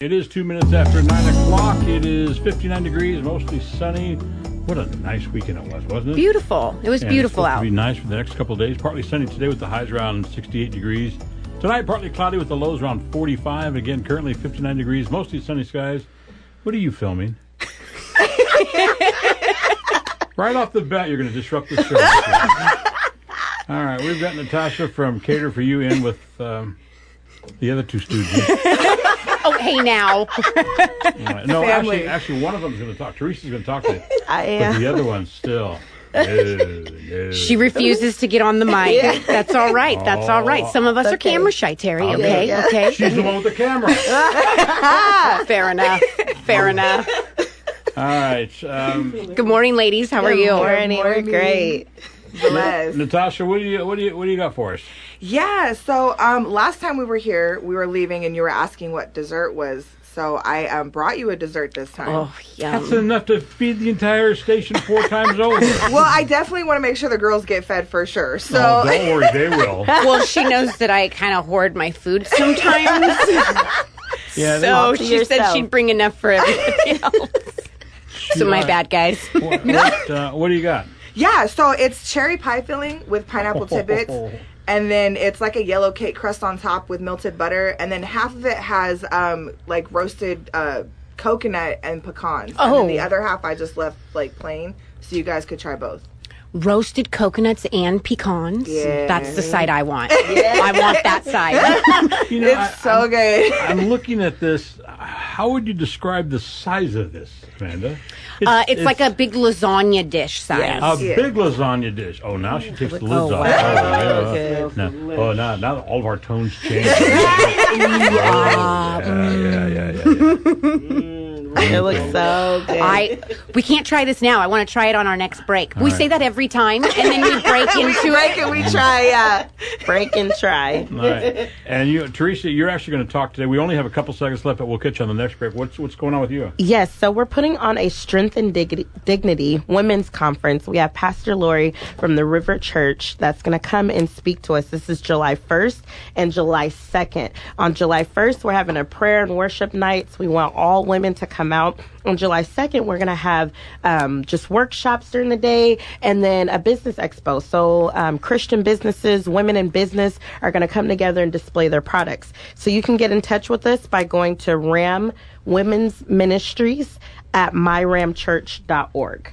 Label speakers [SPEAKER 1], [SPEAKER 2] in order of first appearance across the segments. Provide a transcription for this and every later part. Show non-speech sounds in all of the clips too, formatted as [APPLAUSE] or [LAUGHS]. [SPEAKER 1] It is two minutes after nine o'clock. It is 59 degrees, mostly sunny. What a nice weekend it was, wasn't it?
[SPEAKER 2] Beautiful. It was
[SPEAKER 1] And it's
[SPEAKER 2] beautiful
[SPEAKER 1] supposed to
[SPEAKER 2] out.
[SPEAKER 1] be nice for the next couple of days. Partly sunny today with the highs around 68 degrees. Tonight, partly cloudy with the lows around 45. Again, currently 59 degrees, mostly sunny skies. What are you
[SPEAKER 2] [LAUGHS]
[SPEAKER 1] filming? right off the bat, you're going to disrupt the
[SPEAKER 2] [LAUGHS]
[SPEAKER 1] show. All right, we've got Natasha from Cater for You in with um, the other two students.
[SPEAKER 2] oh, hey now.
[SPEAKER 1] No,
[SPEAKER 3] Family.
[SPEAKER 1] actually, actually, one of them's going to talk. Teresa's going to talk to
[SPEAKER 2] [LAUGHS]
[SPEAKER 1] you.
[SPEAKER 3] I
[SPEAKER 1] But
[SPEAKER 3] am.
[SPEAKER 1] the other one's still. No, no.
[SPEAKER 2] She refuses to get on the mic. That's all right. That's all right. Some of us are
[SPEAKER 3] Okay.
[SPEAKER 2] camera shy, Terry.
[SPEAKER 1] Okay.
[SPEAKER 2] Okay.
[SPEAKER 3] Yeah.
[SPEAKER 2] Okay.
[SPEAKER 1] She's the one with the camera.
[SPEAKER 2] [LAUGHS] Fair enough. Fair enough.
[SPEAKER 1] All right. Um,
[SPEAKER 2] Good morning, ladies. How are
[SPEAKER 4] [LAUGHS]
[SPEAKER 2] you?
[SPEAKER 3] Morning. We're great.
[SPEAKER 1] [LAUGHS]
[SPEAKER 3] Blessed.
[SPEAKER 1] Natasha, what do you what do you what do you got for us?
[SPEAKER 3] Yeah. So um, last time we were here, we were leaving, and you were asking what dessert was. So I um, brought you a dessert this time.
[SPEAKER 2] Oh,
[SPEAKER 1] That's
[SPEAKER 2] yum.
[SPEAKER 1] enough to feed the entire station four times [LAUGHS] over.
[SPEAKER 3] Well, I definitely want to make sure the girls get fed for sure. So
[SPEAKER 1] Oh, don't worry, they
[SPEAKER 2] [LAUGHS]
[SPEAKER 1] will.
[SPEAKER 2] Well, she knows that I kind of hoard my food sometimes.
[SPEAKER 1] Yeah, they-
[SPEAKER 2] so
[SPEAKER 4] to
[SPEAKER 2] she said
[SPEAKER 4] yourself.
[SPEAKER 2] she'd bring enough for everybody else. So my bad, guys.
[SPEAKER 1] What, what, uh, what do you
[SPEAKER 2] [LAUGHS]
[SPEAKER 1] got?
[SPEAKER 3] yeah, so it's cherry pie filling with
[SPEAKER 4] [LAUGHS]
[SPEAKER 3] pineapple tippets. And then it's like a yellow cake crust on top with melted butter, and then half of it has um, like roasted uh, coconut and pecans, and
[SPEAKER 2] Oh.
[SPEAKER 3] then the other half I just left like plain, so you guys could try both.
[SPEAKER 2] Roasted coconuts and pecans.
[SPEAKER 3] Yeah.
[SPEAKER 2] That's the side I want. I want that side.
[SPEAKER 1] You know,
[SPEAKER 3] It's
[SPEAKER 1] I,
[SPEAKER 3] so good.
[SPEAKER 1] I'm, I'm looking at this. How would you describe the size of this, Amanda?
[SPEAKER 2] Uh, it's, like a big lasagna dish size.
[SPEAKER 1] A
[SPEAKER 3] Yeah.
[SPEAKER 1] big lasagna dish. Oh, now she takes the lids
[SPEAKER 2] Oh,
[SPEAKER 1] off.
[SPEAKER 2] wow.
[SPEAKER 1] Oh, yeah.
[SPEAKER 4] Okay.
[SPEAKER 1] Now- oh, now, now all of our
[SPEAKER 2] [LAUGHS]
[SPEAKER 1] tones change. yeah, yeah, yeah, yeah, yeah.
[SPEAKER 4] It looks so good.
[SPEAKER 2] I [LAUGHS] we can't try this now. I want to try it on our next break. we
[SPEAKER 1] right.
[SPEAKER 2] say that every time, and then we
[SPEAKER 1] [LAUGHS]
[SPEAKER 2] break into
[SPEAKER 3] Like,
[SPEAKER 2] it.
[SPEAKER 4] [LAUGHS]
[SPEAKER 3] and we try, yeah.
[SPEAKER 4] uh, break and try.
[SPEAKER 1] All right. And you, Teresa, you're actually going to talk today. We only have a couple seconds left, but we'll catch you on the next break. What's what's going on with you?
[SPEAKER 4] Yes, so we're putting on a Strength and Dig- Dignity Women's Conference. We have Pastor Lori from the River Church that's going to come and speak to us. This is July 1st and July 2nd. On July 1st, we're having a prayer and worship nights. We want all women to come out. On July 2nd, we're going to have um, just workshops during the day and then a business expo. So, um, Christian businesses, women in business are going to come together and display their products. So, you can get in touch with us by going to RAM Women's Ministries at myramchurch.org.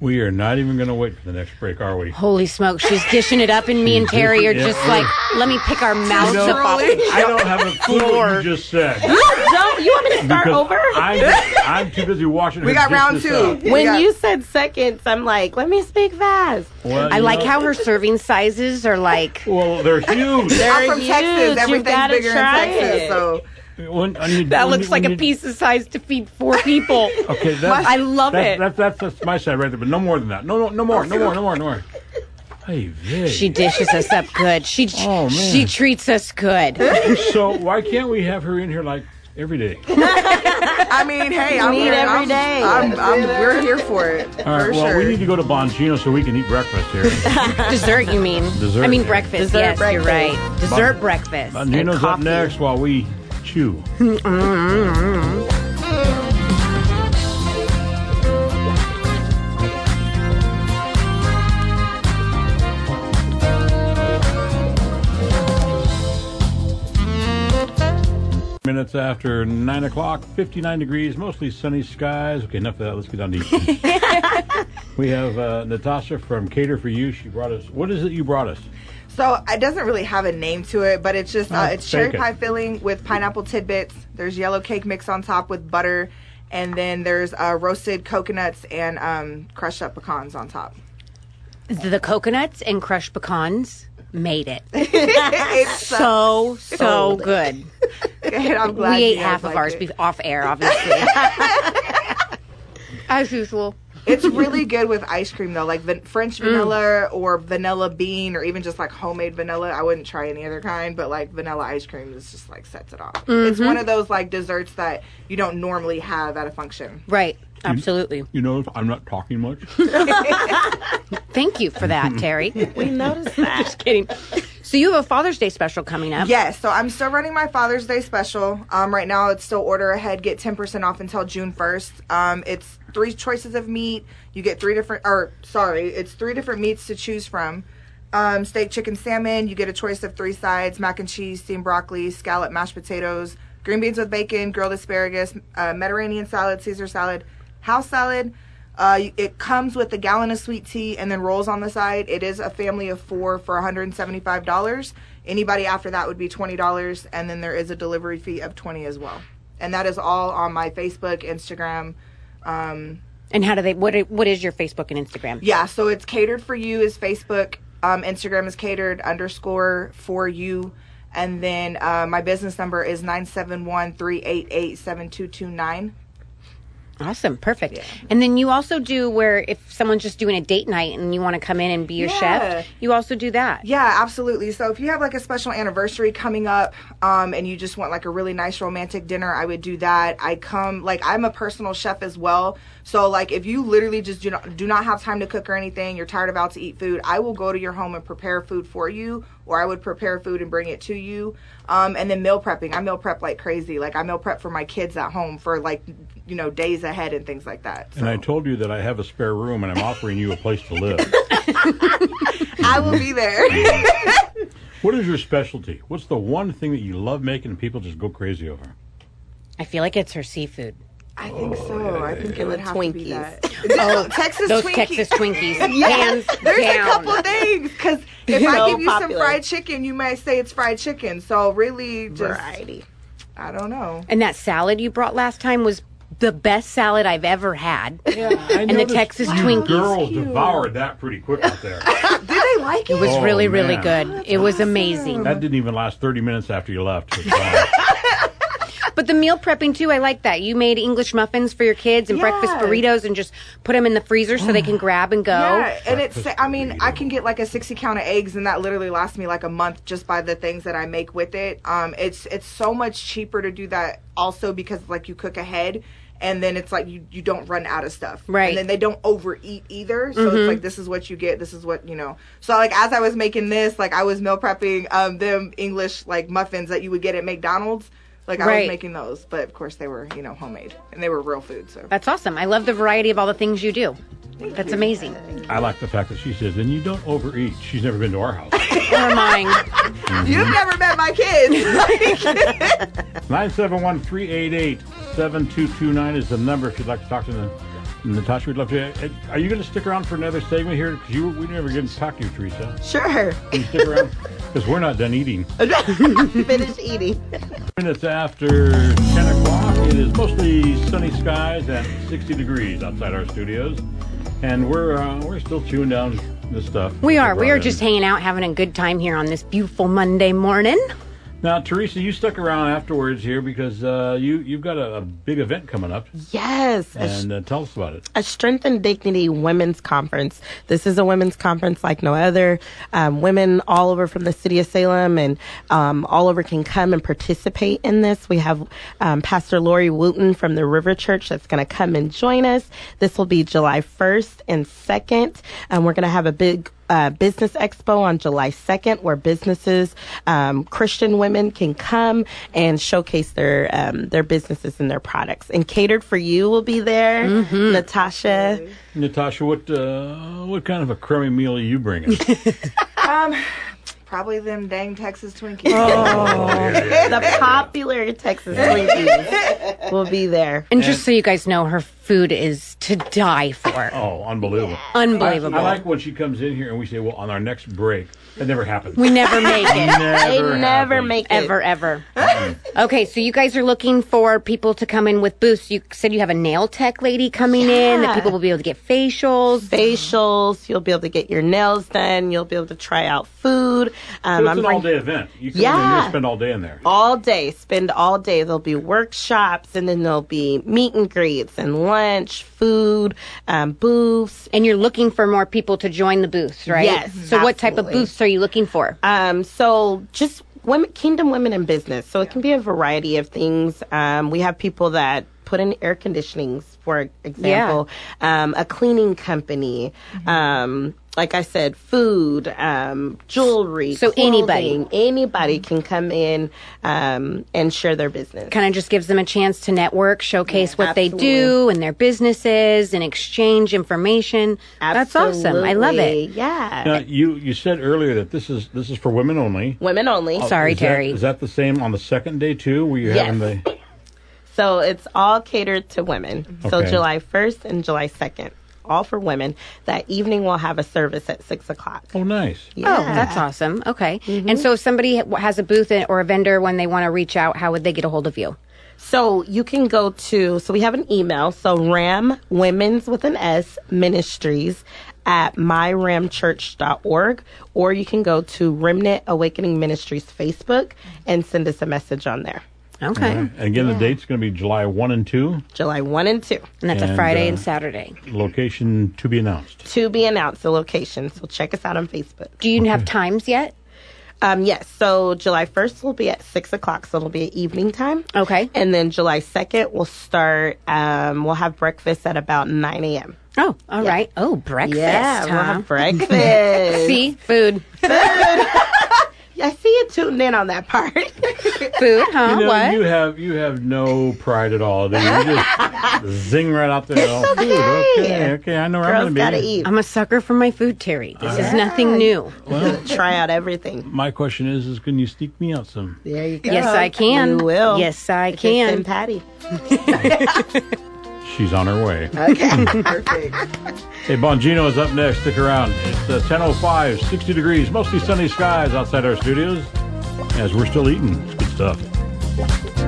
[SPEAKER 1] We are not even going to wait for the next break, are we?
[SPEAKER 2] Holy smoke, she's dishing it up, and me and Terry are
[SPEAKER 1] Yeah.
[SPEAKER 2] just like, let me pick our mouths
[SPEAKER 1] No.
[SPEAKER 2] up off the
[SPEAKER 1] I don't have a clue what you just said. Start
[SPEAKER 4] Don't you want me to start over?
[SPEAKER 1] [LAUGHS] I'm, I'm too busy washing.
[SPEAKER 3] We
[SPEAKER 1] her
[SPEAKER 3] got round
[SPEAKER 1] dishes
[SPEAKER 3] two.
[SPEAKER 1] up.
[SPEAKER 3] We
[SPEAKER 4] when
[SPEAKER 3] got-
[SPEAKER 4] you said seconds, I'm like, let me speak fast.
[SPEAKER 1] Well,
[SPEAKER 2] I
[SPEAKER 1] you
[SPEAKER 2] like
[SPEAKER 1] know-
[SPEAKER 2] how her serving sizes are like.
[SPEAKER 1] Well, they're huge.
[SPEAKER 4] [LAUGHS]
[SPEAKER 3] I'm
[SPEAKER 4] They're
[SPEAKER 3] from
[SPEAKER 4] huge. You
[SPEAKER 3] Texas. Everything's
[SPEAKER 4] gotta
[SPEAKER 3] bigger in
[SPEAKER 4] try
[SPEAKER 3] Texas.
[SPEAKER 4] it.
[SPEAKER 3] So
[SPEAKER 1] When- when you-
[SPEAKER 2] That
[SPEAKER 1] when
[SPEAKER 2] looks
[SPEAKER 1] you-
[SPEAKER 2] like
[SPEAKER 1] when
[SPEAKER 2] a
[SPEAKER 1] you-
[SPEAKER 2] piece of size to feed four people.
[SPEAKER 1] Okay, that's,
[SPEAKER 2] I love
[SPEAKER 1] that's,
[SPEAKER 2] it.
[SPEAKER 1] That's, that's that's my side right there, but no more than that. No, no, no more, no more, no more, no more. Hey, Vic.
[SPEAKER 2] [LAUGHS] She dishes us up good. She
[SPEAKER 1] Oh, man.
[SPEAKER 2] she treats us good.
[SPEAKER 1] [LAUGHS] So why can't we have her in here like every
[SPEAKER 2] [LAUGHS]
[SPEAKER 1] day?
[SPEAKER 3] I mean, hey, I'm
[SPEAKER 4] need
[SPEAKER 3] here.
[SPEAKER 4] every
[SPEAKER 3] I'm,
[SPEAKER 4] day.
[SPEAKER 3] I'm, I'm- we're here for it
[SPEAKER 1] [LAUGHS] All right.
[SPEAKER 3] for
[SPEAKER 1] well,
[SPEAKER 3] sure.
[SPEAKER 1] we need to go to Bongino so we can eat breakfast here.
[SPEAKER 2] Dessert, you mean?
[SPEAKER 1] Dessert,
[SPEAKER 2] I mean
[SPEAKER 1] yeah.
[SPEAKER 2] breakfast. yes, you're right. Dessert breakfast. and
[SPEAKER 1] Bongino's up
[SPEAKER 2] coffee.
[SPEAKER 1] next while we chew. Minutes after nine o'clock, fifty-nine degrees, mostly sunny skies. Okay, enough of that. Let's get down to eating. we have uh, Natasha from Cater for You. She brought us. What is it you brought us?
[SPEAKER 3] so it doesn't really have a name to it, but it's just uh,
[SPEAKER 1] Oh,
[SPEAKER 3] it's cherry
[SPEAKER 1] bacon.
[SPEAKER 3] pie filling with pineapple tidbits. There's yellow cake mix on top with butter, and then there's uh, roasted coconuts and um, crushed up pecans on top. [LAUGHS]
[SPEAKER 2] The coconuts and crushed pecans made it.
[SPEAKER 3] It's so,
[SPEAKER 2] so so good.
[SPEAKER 3] good. I'm glad
[SPEAKER 2] We
[SPEAKER 3] you
[SPEAKER 2] ate
[SPEAKER 3] guys
[SPEAKER 2] half of
[SPEAKER 3] like
[SPEAKER 2] ours
[SPEAKER 3] it.
[SPEAKER 2] be- off
[SPEAKER 3] [LAUGHS]
[SPEAKER 2] air, obviously. [LAUGHS] As usual.
[SPEAKER 3] It's really good with ice cream though, like van- French vanilla or vanilla bean, or even just like homemade vanilla. I wouldn't try any other kind, but like vanilla ice cream is just like sets it off. It's one of those like desserts that you don't normally have at a function.
[SPEAKER 2] Right. Absolutely.
[SPEAKER 1] You know, I'm not talking much.
[SPEAKER 2] Thank you for that, Terry.
[SPEAKER 3] [LAUGHS]
[SPEAKER 4] We noticed
[SPEAKER 2] [LAUGHS]
[SPEAKER 4] that.
[SPEAKER 2] Just kidding. So you have a Father's Day special coming up.
[SPEAKER 3] Yes, so I'm still running my Father's Day special. Um, right now, it's still order ahead, get 10% off until June 1st. Um, it's three choices of meat. You get three different, or sorry, it's three different meats to choose from. Um, steak, chicken, salmon. You get a choice of three sides: mac and cheese, steamed broccoli, scallop, mashed potatoes, green beans with bacon, grilled asparagus, uh, Mediterranean salad, Caesar salad, house salad. Uh, you- it comes with a gallon of sweet tea and then rolls on the side. It is a family of four for $175. Anybody after that would be $20, and then there is a delivery fee of 20 as well. And that is all on my Facebook, Instagram. Um,
[SPEAKER 2] And how do they? What i- What is your Facebook and Instagram?
[SPEAKER 3] yeah, so it's catered for you is Facebook. Um, Instagram is catered underscore for you. And then uh, my business number is 971 388 7229.
[SPEAKER 2] Awesome, perfect. And then you also do where if someone's just doing a date night and you want to come in and be your
[SPEAKER 3] Yeah.
[SPEAKER 2] chef, you also do that.
[SPEAKER 3] Yeah, absolutely. So if you have like a special anniversary coming up, um, and you just want like a really nice romantic dinner, I would do that. I come like I'm a personal chef as well. So like if you literally just do not do not have time to cook or anything, you're tired of out to eat food, I will go to your home and prepare food for you, or I would prepare food and bring it to you. Um, and then meal prepping. I meal prep like crazy. Like I meal prep for my kids at home for like you know days ahead and things like that. So
[SPEAKER 1] And I told you that I have a spare room and I'm offering you a place to live.
[SPEAKER 3] I will be there.
[SPEAKER 1] what is your specialty? What's the one thing that you love making and people just go crazy over?
[SPEAKER 2] I feel like it's her seafood.
[SPEAKER 3] I think so. I think it would have to be
[SPEAKER 4] Twinkies.
[SPEAKER 2] [LAUGHS]
[SPEAKER 3] that. Oh, Texas
[SPEAKER 2] Those
[SPEAKER 3] Twinkies.
[SPEAKER 2] Texas
[SPEAKER 3] [LAUGHS]
[SPEAKER 2] Twinkies, hands
[SPEAKER 3] There's
[SPEAKER 2] down.
[SPEAKER 3] a couple
[SPEAKER 4] [LAUGHS]
[SPEAKER 3] things because if I
[SPEAKER 4] So
[SPEAKER 3] give you some
[SPEAKER 4] popular.
[SPEAKER 3] fried chicken, you might say it's fried chicken. So really, just
[SPEAKER 4] Variety.
[SPEAKER 3] I don't know.
[SPEAKER 2] and that salad you brought last time was the best salad I've ever had.
[SPEAKER 1] Yeah, I
[SPEAKER 2] the noticed Texas you Twinkies.
[SPEAKER 1] girls
[SPEAKER 2] girls
[SPEAKER 1] devoured that pretty quick out
[SPEAKER 2] [LAUGHS]
[SPEAKER 1] there.
[SPEAKER 3] Did they like
[SPEAKER 2] It was
[SPEAKER 1] Oh,
[SPEAKER 2] really, really
[SPEAKER 1] man.
[SPEAKER 2] good. it was amazing.
[SPEAKER 1] that didn't even last 30 minutes after you left. It was gone.
[SPEAKER 2] But the meal prepping too, I like that. You made English muffins for your kids and breakfast
[SPEAKER 3] Yeah.
[SPEAKER 2] burritos, and just put them in the freezer so they
[SPEAKER 1] Oh.
[SPEAKER 2] can grab and go.
[SPEAKER 3] Yeah, and it's.
[SPEAKER 1] Breakfast
[SPEAKER 3] I mean, I
[SPEAKER 1] burrito.
[SPEAKER 3] can get like a sixty count of eggs, and that literally lasts me like a month just by the things that I make with it. Um, it's it's so much cheaper to do that also because like you cook ahead, and then it's like you you don't run out of stuff,
[SPEAKER 2] Right. Mm-hmm.
[SPEAKER 3] And then they don't overeat either, so it's like this is what you get, this is what you know. So like as I was making this, like I was meal prepping um them English like muffins that you would get at McDonald's. Like I
[SPEAKER 2] Right.
[SPEAKER 3] was making those, but of course they were you know homemade and they were real food. So
[SPEAKER 2] That's awesome. I love the variety of all the things you do. That's amazing.
[SPEAKER 1] I like the fact that she says, and you don't overeat. She's never been to our
[SPEAKER 2] [LAUGHS]
[SPEAKER 1] house.
[SPEAKER 2] Or mine. Uh-huh.
[SPEAKER 3] you've never met my kids. [LAUGHS]
[SPEAKER 1] 971 388 7229 is the number if you'd like to talk to the, Natasha. We'd love to. uh, Are you going to stick around for another segment here? Because you, we never get to talk to you, Teresa.
[SPEAKER 4] Sure.
[SPEAKER 1] Can you stick around? Because we're not done eating.
[SPEAKER 4] Finish eating.
[SPEAKER 1] Minutes after 10 o'clock, it is mostly sunny skies and 60 degrees outside our studios. And we're uh, we're still chewing down this stuff.
[SPEAKER 2] We are. We are
[SPEAKER 1] Brought in.
[SPEAKER 2] just hanging out, having a good time here on this beautiful Monday morning.
[SPEAKER 1] Now, Teresa, you stuck around afterwards here because uh, you, you've got a, a big event coming up.
[SPEAKER 4] Yes. a
[SPEAKER 1] And uh, tell us about it.
[SPEAKER 4] a Strength and Dignity Women's Conference. This is a women's conference like no other. Um, women all over from the city of Salem and um, all over can come and participate in this. We have um, Pastor Lori Wooten from the River Church that's going to come and join us. This will be July 1st and 2nd. And we're going to have a big uh, Business Expo on July 2nd, where businesses, um, Christian women can come and showcase their um, their businesses and their products. And Catered for You will be there, Natasha.
[SPEAKER 1] Natasha, what uh, what kind of a crummy meal are you bringing?
[SPEAKER 2] [LAUGHS]
[SPEAKER 3] Probably them dang Texas Twinkies.
[SPEAKER 4] [LAUGHS] The popular Texas Twinkies will be there.
[SPEAKER 2] And just so you guys know, her food is to die for.
[SPEAKER 1] oh, unbelievable!
[SPEAKER 2] Unbelievable.
[SPEAKER 1] I like when she comes in here and we say, "Well, on our next break," that never happens.
[SPEAKER 2] we never make
[SPEAKER 1] [LAUGHS]
[SPEAKER 2] it. [LAUGHS]
[SPEAKER 4] They
[SPEAKER 1] never,
[SPEAKER 4] never
[SPEAKER 1] happens.
[SPEAKER 4] make it. Mm-hmm.
[SPEAKER 2] Ever, ever. okay, so you guys are looking for people to come in with booths. You said you have a nail tech lady coming in, that
[SPEAKER 4] Yeah.
[SPEAKER 2] people will be able to get facials.
[SPEAKER 4] Facials, you'll be able to get your nails done. You'll be able to try out food. Um,
[SPEAKER 1] So it's
[SPEAKER 4] I'm
[SPEAKER 1] an
[SPEAKER 4] bringing-
[SPEAKER 1] all-day event. You can
[SPEAKER 4] Yeah.
[SPEAKER 1] spend all day in there.
[SPEAKER 4] all day, spend all day. There'll be workshops and then there'll be meet and greets and lunch, food, um, booths.
[SPEAKER 2] And you're looking for more people to join the booths, right?
[SPEAKER 4] Yes,
[SPEAKER 2] So what type of
[SPEAKER 4] absolutely.
[SPEAKER 2] booths are you looking for?
[SPEAKER 4] Um, so just women, Kingdom Women in Business. So it can be a variety of things. Um, we have people that put in air conditionings, for example, um, a cleaning company. Um, like I said, food, um, jewelry.
[SPEAKER 2] So anybody.
[SPEAKER 4] clothing, anybody can come in um, and share their business.
[SPEAKER 2] kind of just gives them a chance to network, showcase what they do and their businesses, and exchange information. That's awesome. I love it.
[SPEAKER 4] Absolutely. Yeah.
[SPEAKER 1] Now, you you said earlier that this is this is for women only.
[SPEAKER 4] Women only.
[SPEAKER 2] Sorry,
[SPEAKER 1] Oh, Is that-
[SPEAKER 2] Terry.
[SPEAKER 1] is that the same on the second day too? Were you
[SPEAKER 4] Yes.
[SPEAKER 1] having the?
[SPEAKER 4] So it's all catered to women. So
[SPEAKER 1] Okay.
[SPEAKER 4] July 1st and July 2nd, all for women. That evening we'll have a service at 6 o'clock.
[SPEAKER 1] Oh, nice.
[SPEAKER 2] Oh, that's awesome. Okay.
[SPEAKER 4] Mm-hmm.
[SPEAKER 2] And so if somebody ha- has a booth or a vendor when they want to reach out, how would they get a hold of you?
[SPEAKER 4] So you can go to, so we have an email. So Ram Women's with an S Ministries at myramchurch.org or you can go to Remnant Awakening Ministries Facebook and send us a message on there.
[SPEAKER 2] Okay.
[SPEAKER 1] And again, the date's going to be July one and two.
[SPEAKER 4] July 1 and 2.
[SPEAKER 2] And that's a
[SPEAKER 1] And,
[SPEAKER 2] Friday
[SPEAKER 1] uh,
[SPEAKER 2] and Saturday.
[SPEAKER 1] Location to be announced.
[SPEAKER 4] To be announced the location. So check us out on Facebook.
[SPEAKER 2] Do you have times yet?
[SPEAKER 4] Um, yes, so July 1st will be at 6 o'clock, so it'll be at evening time.
[SPEAKER 2] Okay.
[SPEAKER 4] And then July 2nd, we'll start, um, we'll have breakfast at about 9 a.m.
[SPEAKER 2] Oh, all right. Oh, breakfast.
[SPEAKER 4] yeah, we'll
[SPEAKER 2] huh?
[SPEAKER 4] have [LAUGHS] breakfast.
[SPEAKER 2] See, food,
[SPEAKER 4] I see you tuned in on that part.
[SPEAKER 2] [LAUGHS] food, huh?
[SPEAKER 1] You know,
[SPEAKER 2] what?
[SPEAKER 1] you have you have no pride at all. Do you? You just zing right up there. Oh, dude, okay, okay, I know where
[SPEAKER 4] [LAUGHS] Girls
[SPEAKER 1] I'm going
[SPEAKER 4] gotta
[SPEAKER 1] to be.
[SPEAKER 4] eat.
[SPEAKER 2] I'm a sucker for my food, Terry. This is nothing new.
[SPEAKER 1] Well,
[SPEAKER 4] Try out everything.
[SPEAKER 1] my question is: Is can you sneak me out some?
[SPEAKER 4] There you go.
[SPEAKER 2] Yes, I can.
[SPEAKER 4] You will.
[SPEAKER 2] Yes, I
[SPEAKER 4] Just
[SPEAKER 2] can.
[SPEAKER 4] send Patty.
[SPEAKER 1] She's on her way. [LAUGHS]
[SPEAKER 3] Perfect.
[SPEAKER 1] Hey, Bongino is up next. Stick around. It's uh, 10.05, 60 degrees, mostly sunny skies outside our studios as we're still eating. It's good stuff.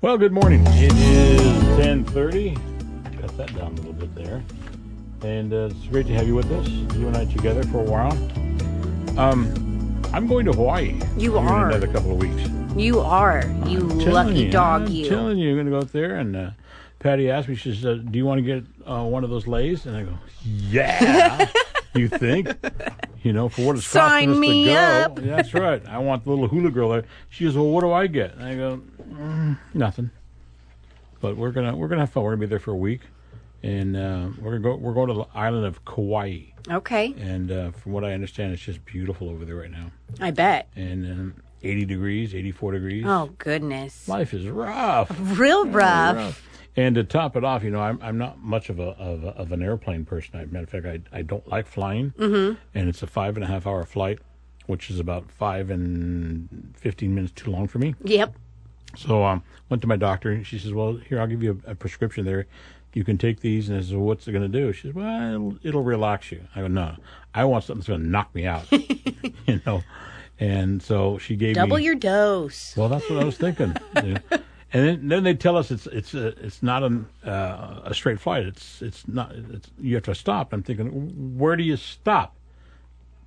[SPEAKER 1] Well, good morning. It is 10.30. Cut that down a little bit there and uh, it's great to have you with us. You and I together for a while. Um, I'm going to Hawaii.
[SPEAKER 2] You
[SPEAKER 1] here
[SPEAKER 2] are.
[SPEAKER 1] in another couple of weeks.
[SPEAKER 2] You are. You
[SPEAKER 1] Telling
[SPEAKER 2] lucky
[SPEAKER 1] you,
[SPEAKER 2] dog,
[SPEAKER 1] I'm
[SPEAKER 2] you.
[SPEAKER 1] telling you, I'm going to go up there and. Uh, Patty asked me, she said, Do you want to get uh, one of those lays? And I go, Yeah. you think? You know, for what it's costing
[SPEAKER 2] Sign
[SPEAKER 1] us
[SPEAKER 2] me
[SPEAKER 1] to go.
[SPEAKER 2] up.
[SPEAKER 1] That's right. I want the little hula girl there. She goes, Well, what do I get? And I go, mm, Nothing. But we're gonna we're gonna have fun. We're gonna be there for a week, and uh, we're gonna go we're going to the island of Kauai.
[SPEAKER 2] Okay.
[SPEAKER 1] And uh, from what I understand, it's just beautiful over there right now.
[SPEAKER 2] I bet.
[SPEAKER 1] And um, 80 degrees, 84 degrees.
[SPEAKER 2] Oh, goodness.
[SPEAKER 1] Life is rough.
[SPEAKER 2] Real rough.
[SPEAKER 1] And to top it off, you know, I'm, I'm not much of a of, a, of an airplane person. As a matter of fact, I, I don't like flying, mm-hmm. and it's a five and a half hour flight, which is about five and fifteen minutes too long for me.
[SPEAKER 2] Yep.
[SPEAKER 1] So um, went to my doctor, and she says, "Well, here I'll give you a, a prescription there. You can take these." And I says, well, "What's it going to do?" She says, "Well, it'll, it'll relax you." I go, "No, I want something that's going to knock me out," [LAUGHS] you know. And so she gave
[SPEAKER 2] Double
[SPEAKER 1] me
[SPEAKER 2] your dose.
[SPEAKER 1] well, that's what I was thinking. Yeah. And then, then they tell us it's it's a, it's not an, uh, a straight flight. It's it's not. It's, you have to stop. I'm thinking, where do you stop?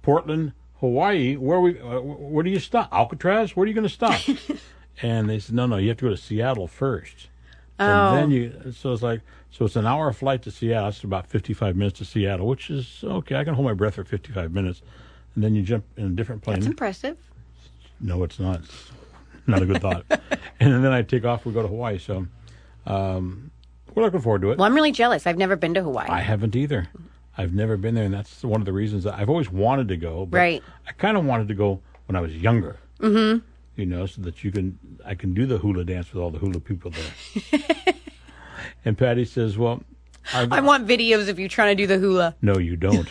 [SPEAKER 1] Portland, Hawaii. Where we? Uh, where do you stop? Alcatraz. Where are you going to stop? and they said, no, no. You have to go to Seattle first. And then you. So it's like so it's an hour flight to Seattle. It's about 55 minutes to Seattle, which is okay. I can hold my breath for 55 minutes, and then you jump in a different plane.
[SPEAKER 2] It's impressive.
[SPEAKER 1] No, it's not. It's Not a good thought. and then I take off. We go to Hawaii. So um, we're looking forward to it.
[SPEAKER 2] Well, I'm really jealous. I've never been to Hawaii.
[SPEAKER 1] I haven't either. I've never been there, and that's one of the reasons that I've always wanted to go. But
[SPEAKER 2] Right.
[SPEAKER 1] I kind of wanted to go when I was younger. Mm-hmm. You know, so that you can I can do the hula dance with all the hula people there. and Patty says, "Well, I've,
[SPEAKER 5] I want videos of you trying to do the hula.
[SPEAKER 1] no, you don't."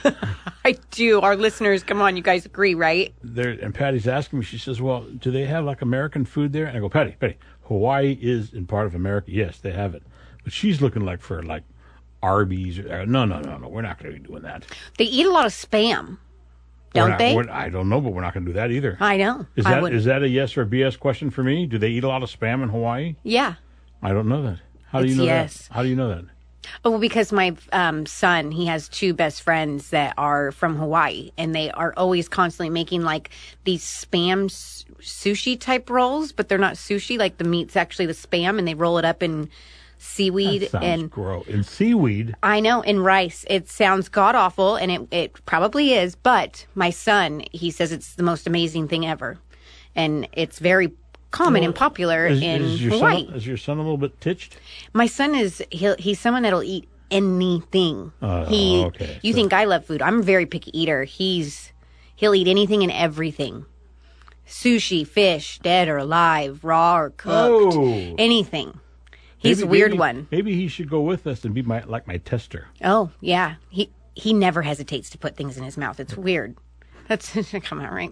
[SPEAKER 5] I do. Our listeners, come on, you guys agree, right?
[SPEAKER 1] there and Patty's asking me, she says, Well, do they have like American food there? And I go, Patty, Patty, Hawaii is in part of America. Yes, they have it. But she's looking like for like Arby's. Or, uh, no, no, no, no. We're not going to be doing that.
[SPEAKER 2] they eat a lot of spam,
[SPEAKER 1] We're
[SPEAKER 2] don't
[SPEAKER 1] not-
[SPEAKER 2] they?
[SPEAKER 1] we're- I don't know, but we're not going to do that either.
[SPEAKER 2] I know.
[SPEAKER 1] Is
[SPEAKER 2] I
[SPEAKER 1] that
[SPEAKER 2] would-
[SPEAKER 1] is that a yes or a BS question for me? Do they eat a lot of spam in Hawaii?
[SPEAKER 5] Yeah.
[SPEAKER 1] I don't know that. How do
[SPEAKER 2] It's
[SPEAKER 1] you know
[SPEAKER 2] yes.
[SPEAKER 1] that? How do you know that?
[SPEAKER 2] Oh, well, because my um, son, he has two best friends that are from Hawaii, and they are always constantly making like these spam s- sushi type rolls, but they're not sushi. Like the meat's actually the spam, and they roll it up in seaweed
[SPEAKER 1] Sounds
[SPEAKER 2] and
[SPEAKER 1] gross. And seaweed.
[SPEAKER 2] I know in rice. It sounds god awful and it, it probably is, but my son, he says it's the most amazing thing ever. And it's very common and popular
[SPEAKER 1] Is,
[SPEAKER 2] in
[SPEAKER 1] is your
[SPEAKER 2] Hawaii.
[SPEAKER 1] son is your son a little bit titched?
[SPEAKER 2] My son is he'll, he's someone that'll eat anything.
[SPEAKER 1] Oh,
[SPEAKER 2] he
[SPEAKER 1] okay.
[SPEAKER 2] you
[SPEAKER 1] So-
[SPEAKER 2] think I love food. I'm a very picky eater. He's he'll eat anything and everything. Sushi, fish, dead or alive, raw or cooked,
[SPEAKER 1] Oh.
[SPEAKER 2] anything. He's
[SPEAKER 1] Maybe-
[SPEAKER 2] a weird
[SPEAKER 1] maybe-
[SPEAKER 2] one.
[SPEAKER 1] Maybe he should go with us and be my like my tester.
[SPEAKER 2] Oh, yeah. He he never hesitates to put things in his mouth. It's weird. That's [LAUGHS] come out right.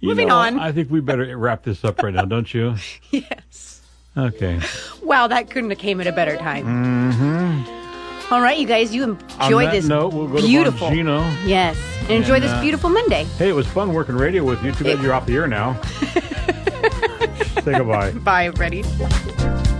[SPEAKER 1] You
[SPEAKER 5] Moving
[SPEAKER 1] know,
[SPEAKER 5] on.
[SPEAKER 1] I think we better wrap this up right now, don't
[SPEAKER 2] [LAUGHS]
[SPEAKER 1] you?
[SPEAKER 5] Yes.
[SPEAKER 1] Okay.
[SPEAKER 2] wow, that couldn't have came at a better time. All right, you guys, you enjoy
[SPEAKER 1] Mm-hmm. On that
[SPEAKER 2] this
[SPEAKER 1] note, we'll go
[SPEAKER 2] beautiful.
[SPEAKER 1] to Bongino.
[SPEAKER 2] Yes, and enjoy
[SPEAKER 1] And,
[SPEAKER 2] this
[SPEAKER 1] uh,
[SPEAKER 2] beautiful Monday.
[SPEAKER 1] Hey, it was fun working radio with
[SPEAKER 2] [LAUGHS]
[SPEAKER 1] you. Too bad you're off the air now. Say goodbye.
[SPEAKER 2] Bye, everybody.